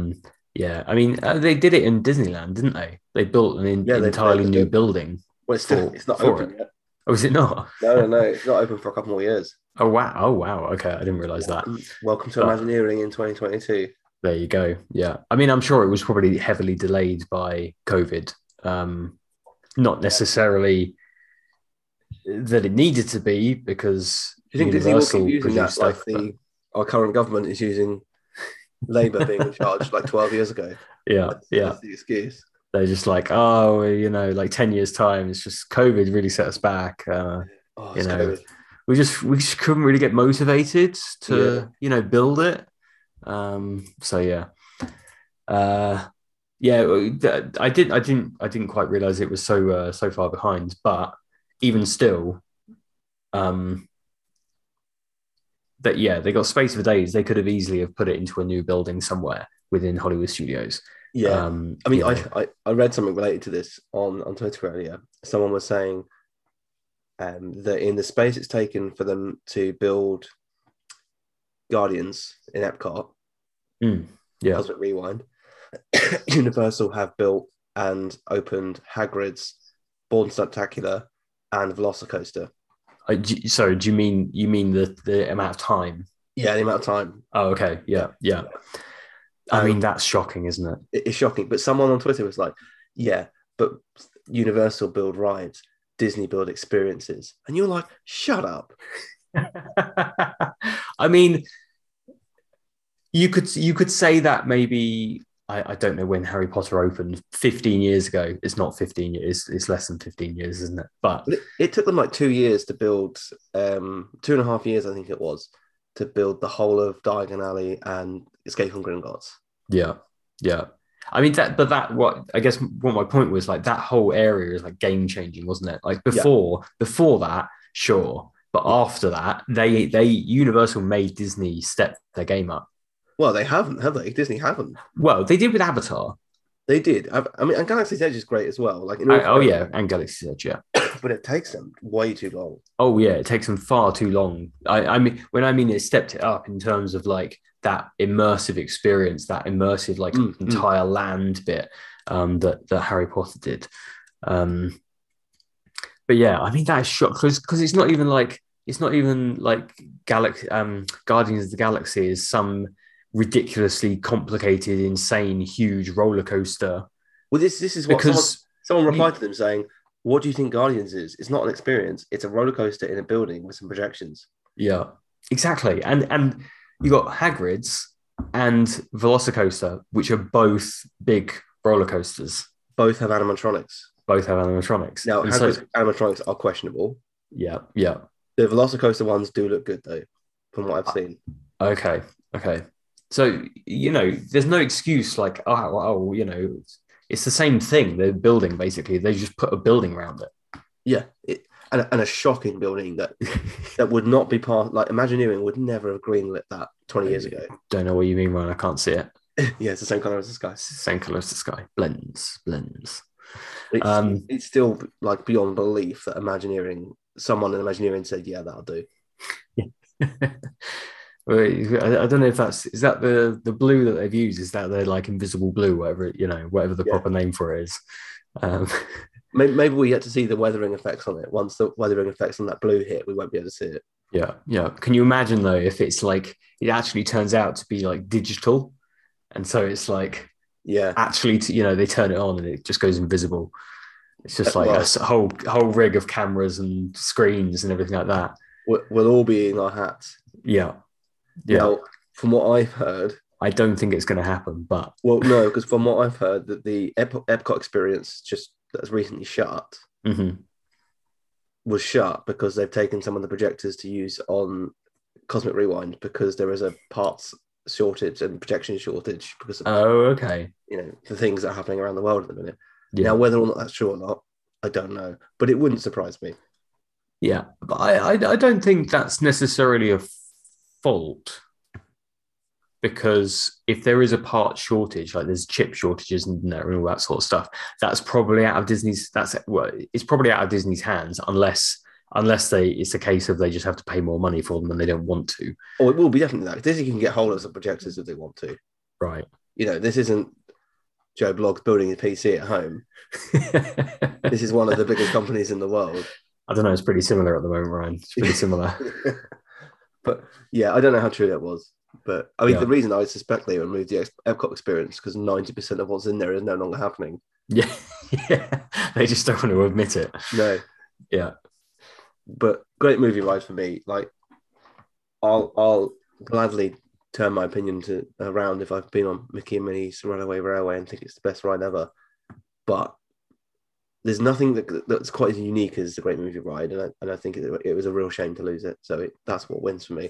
S2: yeah i mean uh, they did it in disneyland didn't they they built an in-
S1: Yeah, they-
S2: entirely
S1: they-
S2: new
S1: they-
S2: building
S1: well, it's still
S2: For-
S1: it's not
S2: for
S1: open yet.
S2: oh is it not
S1: No, no, no, it's not open for a couple more years.
S2: oh wow oh wow okay i didn't realize that
S1: Welcome to
S2: But-
S1: Imagineering in 2022.
S2: There you go. Yeah. I mean, I'm sure it was probably heavily delayed by COVID. Um, not necessarily that it needed to be because
S1: Do you think Disney will keep using that
S2: produced
S1: like
S2: stuff,
S1: the our current government is using Labour being in charge like 12 years ago?
S2: but yeah, yeah.
S1: that's the excuse.
S2: They're just like, oh, well, you know, like 10 years' time, it's just COVID really set us back. Uh,
S1: Oh,
S2: You
S1: it's
S2: know,
S1: COVID.
S2: we just we just couldn't really get motivated to
S1: Yeah.
S2: you know build it um so yeah uh yeah th- i did i didn't i didn't quite realize it was so uh, so far behind but even still um that yeah they got space for days they could have easily have put it into a new building somewhere within hollywood studios
S1: Yeah.
S2: Um,
S1: I mean,
S2: you know,
S1: I, I I read something related to this on on Twitter earlier. Someone was saying um, that in the space it's taken for them to build Guardians in Epcot,
S2: Mm, yeah.
S1: Cosmic Rewind, Universal have built and opened Hagrid's Born Spectacular and Velocicoaster.
S2: I- d- sorry, do you mean you mean the the amount of time?
S1: Yeah, the amount of time
S2: Oh, okay, yeah, yeah. I
S1: Um,
S2: mean, that's shocking, isn't it?
S1: it- it's shocking. But someone on Twitter was like, "Yeah, but Universal build rides, Disney build experiences," and you're like, "Shut up."
S2: I mean, you could you could say that maybe I, I don't know when Harry Potter opened 15 years ago. It's not 15 years. It's less than 15 years, isn't it? But
S1: It, it took them like two years to build, um, two and a half years, I think it was, to build the whole of Diagon Alley and Escape from Gringotts.
S2: yeah, yeah. I mean that, but that what I guess what my point was like that whole area is like game changing, wasn't it? Like
S1: Yeah.
S2: before before that, sure, but after that, they they Universal made Disney step their game up.
S1: Well, they haven't, have they? Disney haven't.
S2: Well, they did with Avatar.
S1: They did. I've, I mean, and Galaxy's Edge is great as well. Like, in
S2: I-
S1: all
S2: oh yeah, and Galaxy's Edge, yeah.
S1: but it takes them way too long.
S2: Oh yeah, it takes them far too long. I, I mean, when I mean it stepped it up in terms of like that immersive experience, that immersive like
S1: Mm, mm.
S2: entire land bit um, that that Harry Potter did. Um, but yeah, I mean that is shock because it's not even like it's not even like Galax um, Guardians of the Galaxy is some ridiculously complicated, insane, huge roller coaster
S1: Well, this this is what someone-
S2: because.
S1: Someone replied to them saying, "What do you think Guardians is? It's not an experience. It's a roller coaster in a building with some projections."
S2: Yeah, exactly. And and you got Hagrid's and Velocicoaster, which are both big roller coasters.
S1: Both have animatronics.
S2: Both have animatronics.
S1: Now,
S2: And so-
S1: Hagrid's animatronics are questionable.
S2: yeah, yeah.
S1: The Velocicoaster ones do look good though, from what I've seen.
S2: Okay, okay. So you know, there's no excuse like oh, oh, oh, you know, it's, it's the same thing. They're building basically. They just put a building around it.
S1: Yeah, it, and, and a shocking building that that would not be part. Like Imagineering would never have greenlit that twenty years ago.
S2: Don't know what you mean, Ryan. I can't see it.
S1: yeah, it's the same color as the sky.
S2: It's the same color as the sky. Blends, blends.
S1: It's,
S2: Um,
S1: it's still like beyond belief that Imagineering, someone in Imagineering said, "Yeah, that'll do."
S2: Wait, I I don't know if that's is that the the blue that they've used is that their like invisible blue whatever it- you know whatever the
S1: Yeah.
S2: proper name for it is. Um,
S1: Maybe, maybe we get to see the weathering effects on it. Once the weathering effects on that blue hit, we won't be able to see it.
S2: yeah, yeah. Can you imagine though if it's like it actually turns out to be like digital, and so it's like
S1: Yeah,
S2: actually to, you know they turn it on and it just goes invisible. It's just like a
S1: Well-
S2: s- whole whole rig of cameras and screens and everything like that.
S1: we'll, we'll all be in our hats.
S2: Yeah, yeah.
S1: Now, from what I've heard,
S2: I don't think it's going to happen, but
S1: well, no, because from what I've heard, that the Ep- Epcot experience just that's recently shut
S2: mhm.
S1: was shut because they've taken some of the projectors to use on Cosmic Rewind because there is a parts shortage and projection shortage because of
S2: oh okay,
S1: you know the things that are happening around the world at the minute.
S2: yeah.
S1: Now, whether or not that's true or not, I don't know, but it wouldn't surprise me.
S2: Yeah, but I, I I don't think that's necessarily a fault because if there is a part shortage, like there's chip shortages and, there and all that sort of stuff, that's probably out of Disney's. That's well, it's probably out of Disney's hands unless unless they it's a case of they just have to pay more money for them and they don't want to.
S1: Oh, it will be definitely that. Disney can get hold of some projectors if they want to.
S2: Right.
S1: You know, this isn't Joe Bloggs building his PC at home.
S2: I
S1: This is one of the biggest companies in the world.
S2: don't know. It's pretty similar at the moment, Ryan. It's pretty similar.
S1: but yeah, I don't know how true that was. But I mean,
S2: Yeah.
S1: the reason I would suspect they removed the ex- Epcot experience because ninety percent of what's in there is no longer happening.
S2: yeah, yeah. They just don't want to admit it.
S1: No.
S2: Yeah.
S1: But great movie ride for me. Like, I'll I'll gladly turn my opinion to around if I've been on Mickey and Minnie's Runaway Railway and think it's the best ride ever. But there's nothing that, that's quite as unique as the Great Movie Ride, and I, and I think it, it was a real shame to lose it. So it, that's what wins for me.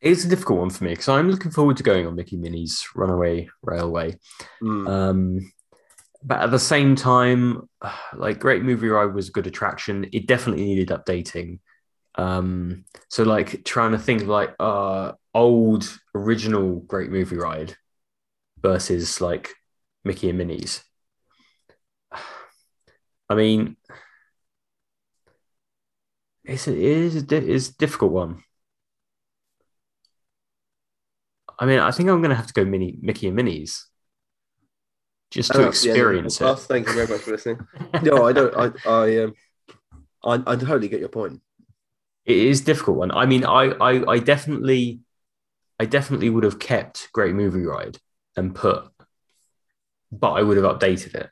S2: It's a difficult one for me because I'm looking forward to going on Mickey Minnie's Runaway Railway.
S1: Mm.
S2: Um, but at the same time, like Great Movie Ride was a good attraction. It definitely needed updating. Um, so like trying to think of, like uh old original Great Movie Ride versus like Mickey and Minnie's. I mean, it's a, it is a, di- it's a difficult one. I mean, I think I'm going to have to go Mini Mickey and Minnie's just to
S1: Oh, that's the end of the
S2: experience
S1: podcast.
S2: it.
S1: Thank you very much for listening. No, I don't. I I um, I, I totally get your point.
S2: it is a difficult one. I mean, I, I I definitely I definitely would have kept Great Movie Ride and put, but I would have updated it.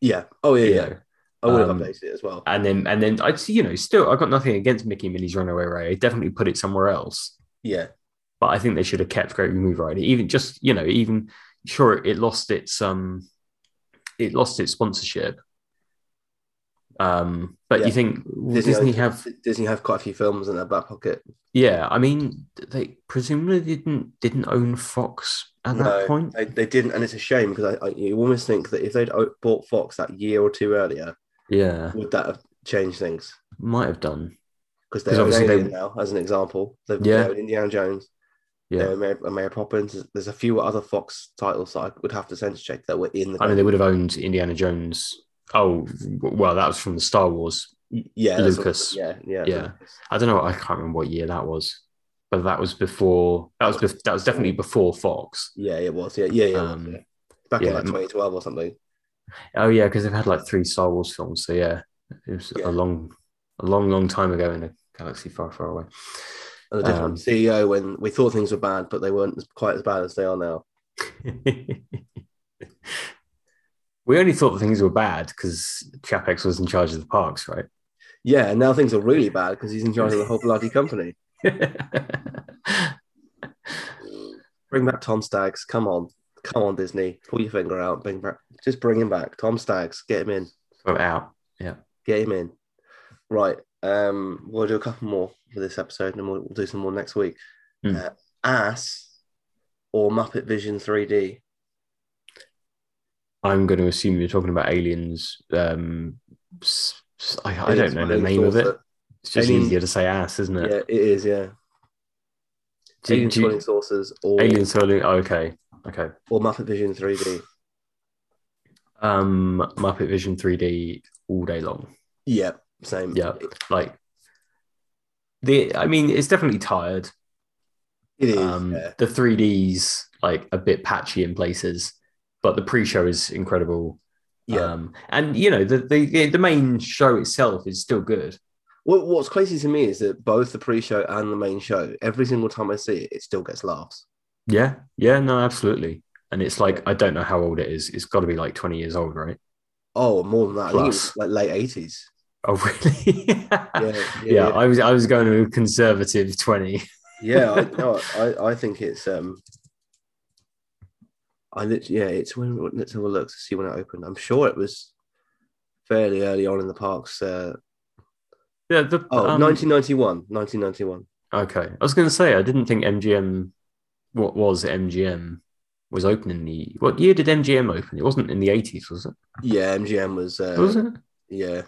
S1: Yeah. Oh yeah,
S2: you
S1: yeah.
S2: know.
S1: I would have
S2: um,
S1: updated it as well.
S2: And then and then I would you know still I've got nothing against Mickey and Minnie's Runaway Ray. I definitely put it somewhere else.
S1: Yeah.
S2: but I think they should have kept Great Remove Rider. Even just you know, even sure it lost its um, it lost its sponsorship. Um, but
S1: Yeah.
S2: you think will Disney, have
S1: Disney have quite a few films in their back pocket.
S2: yeah? I mean, they presumably didn't didn't own Fox at that
S1: No,
S2: point.
S1: They, they didn't, and it's a shame because I, I you almost think that if they'd o- bought Fox that year or two earlier,
S2: Yeah,
S1: would that have changed things?
S2: might have done.
S1: Because they
S2: 'Cause
S1: own
S2: obviously they-
S1: Alien now, as an example. They've
S2: Yeah.
S1: they own Indiana Jones.
S2: Yeah.
S1: They own Mary, and Mary Poppins. There's- There's a few other Fox titles that I would have to sense check that were in the.
S2: I mean, they would have owned Indiana Jones. Oh, well, that was from the Star Wars.
S1: yeah, that's what-
S2: Lucas.
S1: yeah, yeah,
S2: Yeah. I don't know. I can't remember what year that was, but that was before. That was bef- that was definitely before Fox.
S1: Yeah, it was. Yeah, yeah, yeah. it was,
S2: Um,
S1: yeah. Back
S2: yeah,
S1: in like
S2: m-
S1: 2012 or something.
S2: Oh yeah, because they've had like three Star Wars films. So yeah, it was
S1: Yeah.
S2: a long, a long, long time ago in a galaxy far, far away.
S1: And a different
S2: Um,
S1: CEO E when we thought things were bad, but they weren't as- quite as bad as they are now.
S2: we only thought things were bad because Chapex was in charge of the parks, right?
S1: Yeah, and now things are really bad because he's in charge of the whole bloody company. Bring back Tom Staggs. Come on. Come on, Disney. Pull your finger out. Bring back. Just bring him back. Tom Staggs. Get him in.
S2: Sort it out.
S1: Get him in. Right. Um, we'll do a couple more for this episode and we'll, we'll do some more next week.
S2: Hmm.
S1: Uh, Ass or Muppet Vision 3D?
S2: I'm going to assume you're talking about aliens. Um, s- s- I, I
S1: Aliens
S2: don't know
S1: Alien
S2: the name of it.
S1: Saucer.
S2: It's just
S1: Alien-
S2: easier to say ass, isn't it?
S1: Yeah, it is. Yeah.
S2: Do-
S1: Alien
S2: do you-
S1: Spawning Saucers or,
S2: alien Saucer- Okay, okay.
S1: or Muppet Vision 3D?
S2: Um, Muppet Vision 3D all day long.
S1: Yeah. Same.
S2: Yeah, like the. I mean, it's definitely tired.
S1: It is.
S2: Um,
S1: yeah.
S2: The 3Ds like a bit patchy in places, but the pre-show is incredible.
S1: yeah.
S2: Um, and you know the, the the main show itself is still good.
S1: What, what's crazy to me is that both the pre-show and the main show, every single time I see it, it still gets laughs.
S2: Yeah, yeah, no, absolutely. And it's like I don't know how old it is. It's got to be like 20 years old, right?
S1: Oh, more than that, I think it was
S2: Plus.
S1: like late eighties.
S2: Oh, really? yeah,
S1: Yeah, yeah, yeah.
S2: I was I was going to a conservative 20.
S1: yeah, I, no, I, I think it's um, I literally, yeah, it's when let's have a look to see when it opened. I'm sure it was fairly early on in the parks. Uh,
S2: Yeah, the
S1: oh,
S2: um,
S1: 1991, 1991.
S2: Okay. I was going to say, I didn't think MGM, what was MGM, was open in the. What year did MGM open? It wasn't in the 80s, was it?
S1: Yeah, MGM was. Uh,
S2: was it?
S1: Yeah,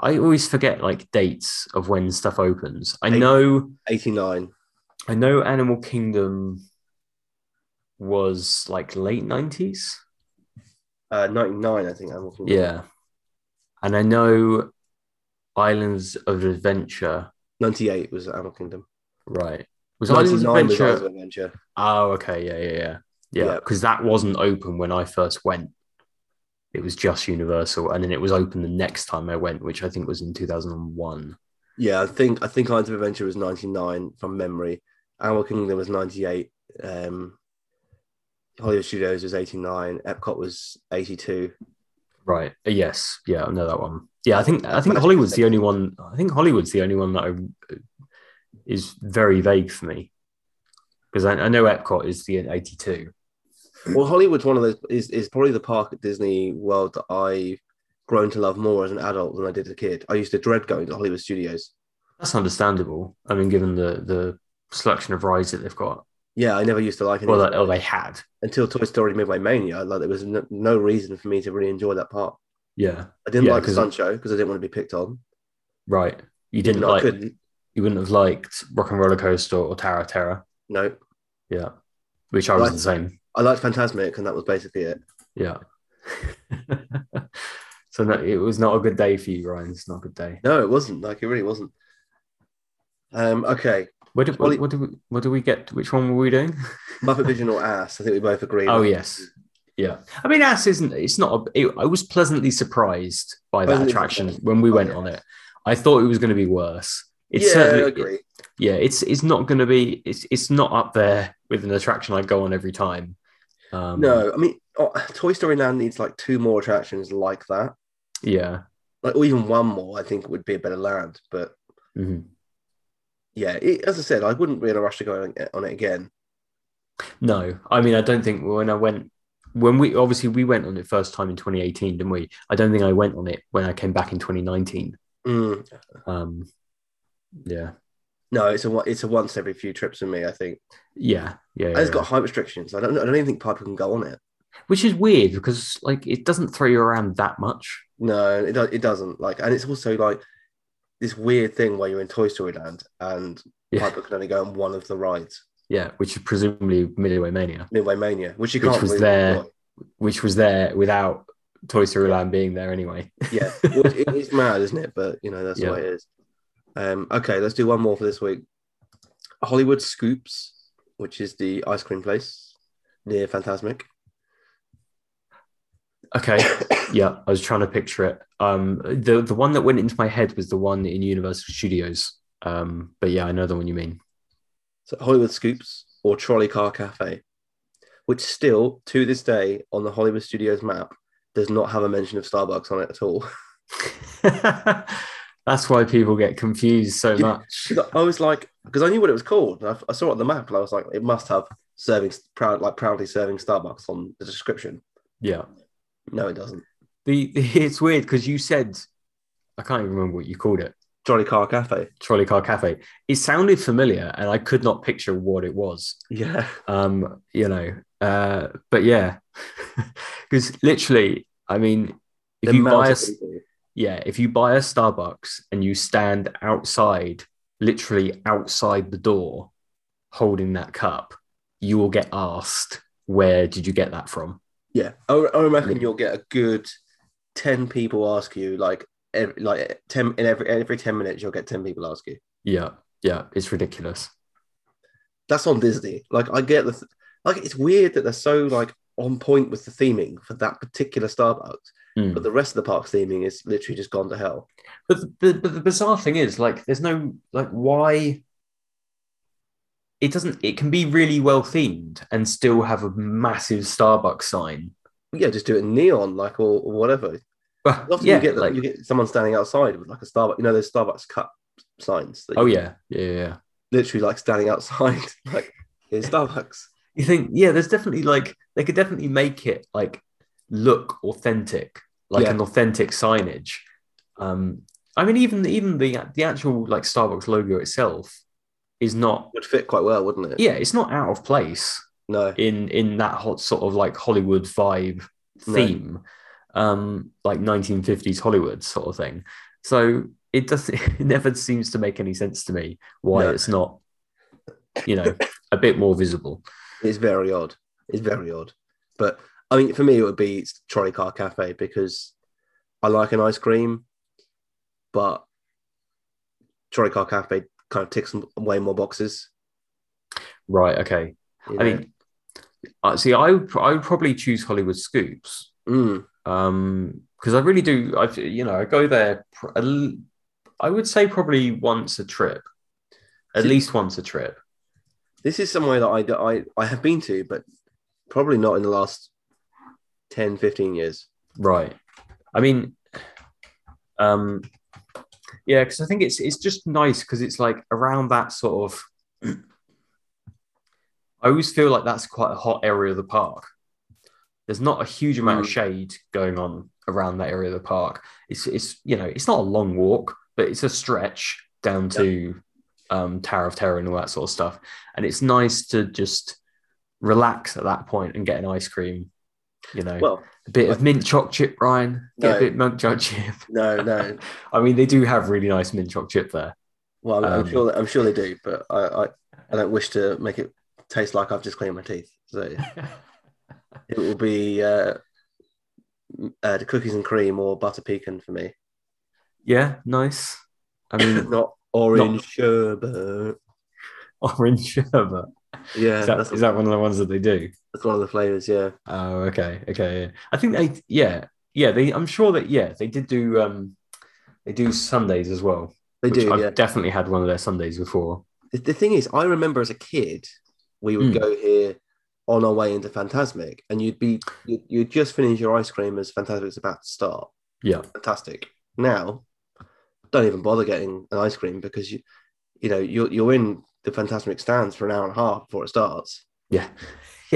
S2: I always forget like dates of when stuff opens. I
S1: Eight-
S2: know,
S1: 89.
S2: I know Animal Kingdom was like late 90s.
S1: Uh, 99, I think. I'm looking
S2: Yeah. And I know Islands of Adventure,
S1: 98 was Animal Kingdom.
S2: right. Was Islands of
S1: 99 was
S2: Adventure?
S1: Islands of Adventure.
S2: Oh, okay. Yeah, yeah, yeah. Yeah,
S1: Yeah.
S2: because that wasn't open when I first went. It was just Universal. And then it was open the next time I went, which I think was in 2001.
S1: Yeah, I think I think Islands of Adventure was ninety nine from memory. Animal Kingdom was ninety eight. Um, Hollywood Studios was eighty nine. Epcot was eighty two.
S2: Right. Uh, Yes. Yeah, I know that one. Yeah, I think I think
S1: Magic
S2: Hollywood's the
S1: Kingdom.
S2: only one. I think Hollywood's the only one that I, uh, is very vague for me because I, I know Epcot is the 82.
S1: Well, Hollywood's one of those is is probably the park at Disney World that I've grown to love more as an adult than I did as a kid. I used to dread going to Hollywood Studios.
S2: That's understandable. I mean, given the the selection of rides that they've got,
S1: Yeah, I never used to like it
S2: well, that, or they had.
S1: until Toy Story Midway Mania. Like there was no, no reason for me to really enjoy that park.
S2: Yeah.
S1: I didn't
S2: Yeah,
S1: like the
S2: 'cause-
S1: Sun Show because I didn't want to be picked on.
S2: Right. You
S1: Even
S2: didn't
S1: though I
S2: like.
S1: couldn't.
S2: you wouldn't have liked Rock and Roller Coaster or Tower of Terror.
S1: No,
S2: Yeah. which I was
S1: Right.
S2: the same.
S1: I liked Fantasmic, and that was basically it.
S2: Yeah. so no, it was not a good day for you, Ryan. It's not a good day.
S1: No, it wasn't. Like it really wasn't. Um, okay,
S2: What did,
S1: Well,
S2: what,
S1: it-
S2: did we what did we get? Which one were we doing?
S1: Muppet Vision or ass? I think we both agree.
S2: Oh yes, yeah. I mean, Ass isn't. It's not. A, it, I was pleasantly surprised by that
S1: Pleasantly
S2: attraction
S1: surprised.
S2: when we
S1: Oh,
S2: went
S1: yes.
S2: on it. I thought it was going to be worse. It's
S1: yeah,
S2: certainly,
S1: I agree.
S2: yeah, it's it's not going to be. It's it's not up there with an attraction I go on every time. Um,
S1: no, I mean, oh, Toy Story Land needs like two more attractions like that,
S2: Yeah.
S1: like or even one more. I think would be a better land, but
S2: Mhm.
S1: yeah, it, as I said, I wouldn't be in a rush to go on it- on it again.
S2: No, I mean, I don't think when I went, when we obviously we went on it first time in 2018, didn't we? I don't think I went on it when I came back in 2019.
S1: Mm,
S2: Um, yeah,
S1: No, it's a one- it's a once every few trips for me. I think
S2: yeah, yeah.
S1: and it's
S2: yeah.
S1: got height restrictions. I don't I don't even think Piper can go on it.
S2: Which is weird because like it doesn't throw you around that much.
S1: No, it do- it doesn't. Like, and it's also like this weird thing where you're in Toy Story Land and
S2: Yeah,
S1: Piper can only go on one of the rides,
S2: yeah. Which is presumably Midway Mania,
S1: Midway Mania, which you
S2: Which
S1: can't.
S2: was
S1: really
S2: there.
S1: enjoy.
S2: which was there without Toy Story Land being there anyway.
S1: Yeah, well, it is mad, isn't it? But you know that's the
S2: Yeah.
S1: way it is. Um, okay, let's do one more for this week. Hollywood Scoops, which is the ice cream place near Fantasmic.
S2: Okay. Yeah, I was trying to picture it. Um, the the one that went into my head was the one in Universal Studios. Um, but yeah, I know the one you mean.
S1: So Hollywood Scoops or Trolley Car Cafe, which still to this day on the Hollywood Studios map does not have a mention of Starbucks on it at all.
S2: That's why people get confused so
S1: Yeah.
S2: much.
S1: I was like, because I knew what it was called. and I, I saw it on the map, and I was like, it must have serving proud, like proudly serving Starbucks on the description.
S2: Yeah.
S1: No, it doesn't.
S2: The, the- it's weird because you said I can't even remember what you called it.
S1: Trolley Car Cafe.
S2: Trolley car cafe. It sounded familiar, and I could not picture what it was.
S1: Yeah.
S2: Um, you know, uh, but yeah, because literally, I mean, if
S1: The
S2: you
S1: amount
S2: buy a
S1: of
S2: s-
S1: people.
S2: yeah, if you buy a Starbucks and you stand outside, literally outside the door, holding that cup, you will get asked, "Where did you get that from?"
S1: Yeah, I, I reckon you'll get a good ten people ask you like every, like ten in every every ten minutes you'll get ten people ask you.
S2: Yeah, yeah, it's ridiculous.
S1: That's on Disney. Like I get the th- like it's weird that they're so like on point with the theming for that particular Starbucks,
S2: Mm.
S1: but the rest of the park's theming is literally just gone to hell.
S2: But the, but the, bizarre thing is, like, there's no like why. It doesn't. It can be really well themed and still have a massive Starbucks sign.
S1: Yeah, just do it in neon like or, or whatever.
S2: But
S1: Often
S2: yeah,
S1: you get like,
S2: like,
S1: you get someone standing outside with like a Starbucks. You know those Starbucks cup signs. That
S2: oh
S1: you-
S2: yeah, yeah, yeah, yeah.
S1: literally like standing outside like here's Starbucks.
S2: You think yeah? There's definitely like they could definitely make it like look authentic, like
S1: Yeah.
S2: an authentic signage. Um, I mean, even even the the actual like Starbucks logo itself is not.
S1: Would fit quite well, wouldn't it?
S2: Yeah, it's not out of place.
S1: No.
S2: in in that hot sort of like Hollywood vibe
S1: Right.
S2: theme, um, like 1950s Hollywood sort of thing. So it does it never seems to make any sense to me why
S1: No.
S2: it's not, you know, a bit more visible.
S1: It's very odd. It's very odd. But I mean, for me, it would be Trolley Car Cafe because I like an ice cream, but Trolley Car Cafe kind of ticks m- way more boxes.
S2: Right? Okay.
S1: you
S2: I
S1: know?
S2: mean, I see. I would, pr- I would probably choose Hollywood Scoops
S1: Mm,
S2: um because I really do. I you know I go there. Pr- a l- I would say probably once a trip, at
S1: See-
S2: least once a trip.
S1: this is somewhere that I, that I, I have been to, but probably not in the last 10, 15 years.
S2: Right. I mean, um, yeah, because I think it's it's just nice because it's like around that sort of. I always feel like that's quite a hot area of the park. There's not a huge amount of
S1: Mm.
S2: shade going on around that area of the park. It's it's you know it's not a long walk, but it's a stretch down to um, Tower of Terror and all that sort of stuff. And it's nice to just relax at that point and get an ice cream. You know,
S1: Well,
S2: a bit of mint choc chip, Ryan. Get
S1: No.
S2: a bit of mint choc chip.
S1: no, no.
S2: I mean, they do have really nice mint choc chip there.
S1: Well, I'm, I'm
S2: Um,
S1: sure that, I'm sure they do, but I, I, I don't wish to make it taste like I've just cleaned my teeth. So it will be uh, uh, the cookies and cream or butter pecan for me.
S2: yeah, nice. I mean,
S1: Mm. Not orange sherbet.
S2: orange sherbet.
S1: Yeah,
S2: Is that,
S1: that's,
S2: is that one of the ones that they do?
S1: that's one of the flavors. Yeah,
S2: Oh, okay, okay. Yeah. I think they, yeah, yeah. They, I'm sure that, yeah, they did do. Um, they do Sundays as well.
S1: they
S2: which
S1: do.
S2: I've
S1: yeah.
S2: definitely had one of their Sundays before.
S1: The, the thing is, I remember as a kid, we would
S2: Mm.
S1: go here on our way into Fantasmic, and you'd be you'd, you'd just finish your ice cream as Fantasmic's about to start.
S2: Yeah,
S1: Fantastic. Now, don't even bother getting an ice cream because you you know you're you're in the Fantasmic stands for an hour and a half before it starts.
S2: yeah.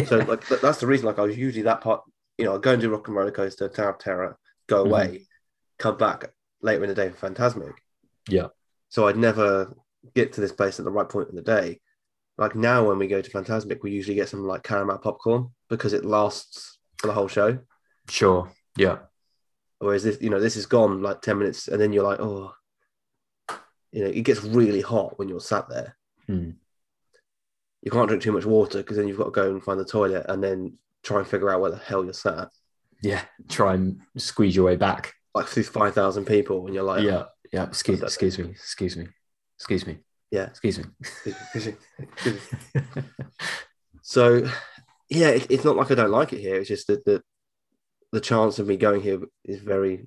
S1: So like that, that's the reason. Like I was usually that part. You know, I go and do Rock and Roller Coaster, Tower of Terror, go
S2: Mhm.
S1: away, come back later in the day for Fantasmic.
S2: Yeah.
S1: So I'd never get to this place at the right point in the day. Like now, when we go to Fantasmic, we usually get some like caramel popcorn because it lasts for the whole show.
S2: sure. Yeah,
S1: Whereas this, you know, this is gone like ten minutes, and then you're like, oh, you know, it gets really hot when you're sat there.
S2: Hmm.
S1: You can't drink too much water because then you've got to go and find the toilet and then try and figure out where the hell you're sat.
S2: yeah. Try and squeeze your way back.
S1: like through 5,000 people and you're like,
S2: yeah, yeah.
S1: Oh,
S2: Excuse,
S1: that-
S2: excuse me, excuse me, excuse me.
S1: Yeah.
S2: excuse me.
S1: so yeah, it, it's not like I don't like it here. It's just that the, the chance of me going here is very,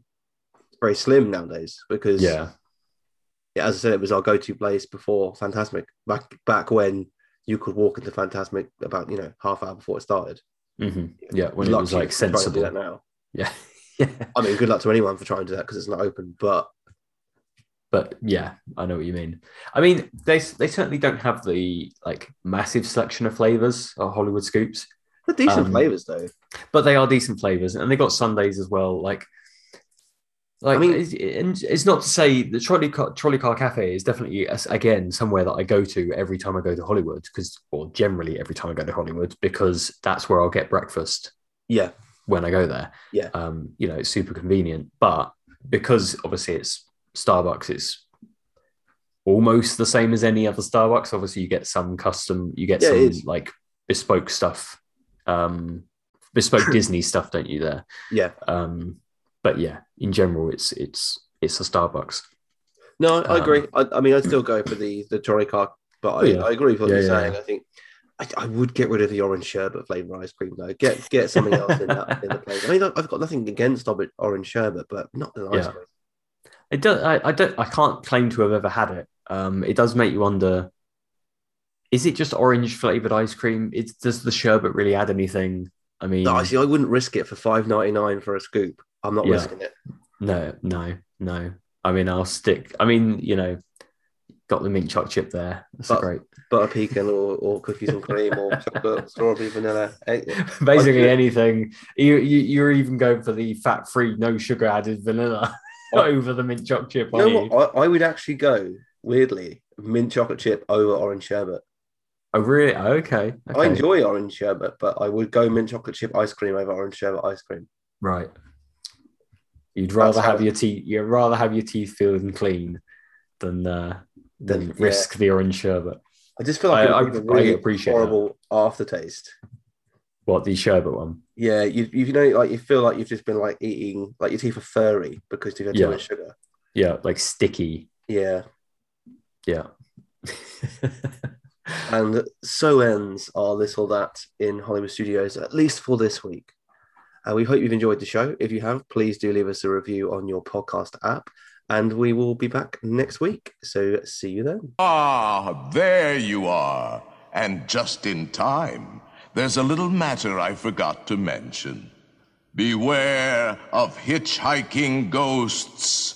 S1: very slim nowadays because,
S2: yeah,
S1: yeah, as I said, it was our go to place before Fantasmic back, back when you could walk into Fantasmic about, you know, half hour before it started.
S2: hmm yeah. When it was
S1: Lucky
S2: like
S1: to try and do
S2: sensible.
S1: that now.
S2: Yeah, yeah.
S1: I mean, good luck to anyone for trying to do that because it's not open, but
S2: But yeah, I know what you mean. I mean, they they certainly don't have the like massive selection of flavors at Hollywood Scoops.
S1: they're decent
S2: Um,
S1: flavors though.
S2: but they are decent flavors, and they got Sundays as well. Like, like
S1: I mean-
S2: it's, and it's not to say the trolley car, trolley car cafe is definitely as- again somewhere that I go to every time I go to Hollywood because, or generally every time I go to Hollywood because that's where I'll get breakfast
S1: Yeah.
S2: when I go there.
S1: Yeah.
S2: Um, you know, it's super convenient. But because obviously it's Starbucks, it's almost the same as any other Starbucks. Obviously, you get some custom, you get
S1: Yeah, it
S2: some
S1: is.
S2: like bespoke stuff, um, bespoke Disney stuff, don't you? There.
S1: Yeah.
S2: Um, but yeah, in general, it's it's it's a Starbucks.
S1: No, I, I agree.
S2: Um,
S1: I, I mean, I still go for the the trolley car, but I,
S2: Oh, yeah.
S1: I agree with what
S2: Yeah,
S1: you're
S2: yeah,
S1: saying. I think I, I would get rid of the orange sherbet flavor ice cream though. Get get something else in that in the place. I mean, I've got nothing against ob- orange sherbet, but not the ice
S2: Yeah.
S1: cream.
S2: It does. I, I don't. I can't claim to have ever had it. Um, it does make you wonder. Is it just orange flavored ice cream? It's, does the sherbet really add anything? I mean,
S1: No, I see. I wouldn't risk it for five ninety nine for a scoop. I'm not
S2: Yeah.
S1: risking it.
S2: No, no, no. I mean, I'll stick. I mean, you know, got the mint choc chip there. That's a
S1: But-
S2: great.
S1: Butter pecan or, or cookies and cream or chocolate, strawberry, vanilla. eh,
S2: Basically
S1: I-
S2: anything. You, you you're even going for the fat free, no sugar added vanilla
S1: I-
S2: over the mint choc chip,
S1: You
S2: are you?
S1: know what? I, I would actually go weirdly mint chocolate chip over orange sherbet.
S2: Oh, really? Oh, Okay. okay.
S1: I enjoy orange sherbet, but I would go mint chocolate chip ice cream over orange sherbet ice cream.
S2: Right. You'd rather
S1: how-
S2: have your teeth. You'd rather have your teeth feeling clean than uh,
S1: Than-
S2: than
S1: yeah.
S2: risk the orange sherbet.
S1: I just feel like
S2: I-
S1: it would
S2: I-
S1: be a really
S2: I appreciate that.
S1: horrible aftertaste.
S2: What the sherbet one?
S1: Yeah, you you know, like you feel like you've just been like eating, like your teeth are furry because you've had
S2: Yeah.
S1: too much sugar.
S2: Yeah, like sticky.
S1: Yeah,
S2: Yeah.
S1: and so ends our this or that in Hollywood Studios, at least for this week. Uh, we hope you've enjoyed the show. If you have, please do leave us a review on your podcast app, and we will be back next week. So see you then.
S5: Ah, there you are. And just in time. There's a little matter I forgot to mention. Beware of hitchhiking ghosts.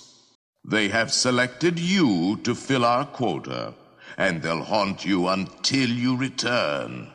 S5: They have selected you to fill our quota, and they'll haunt you until you return.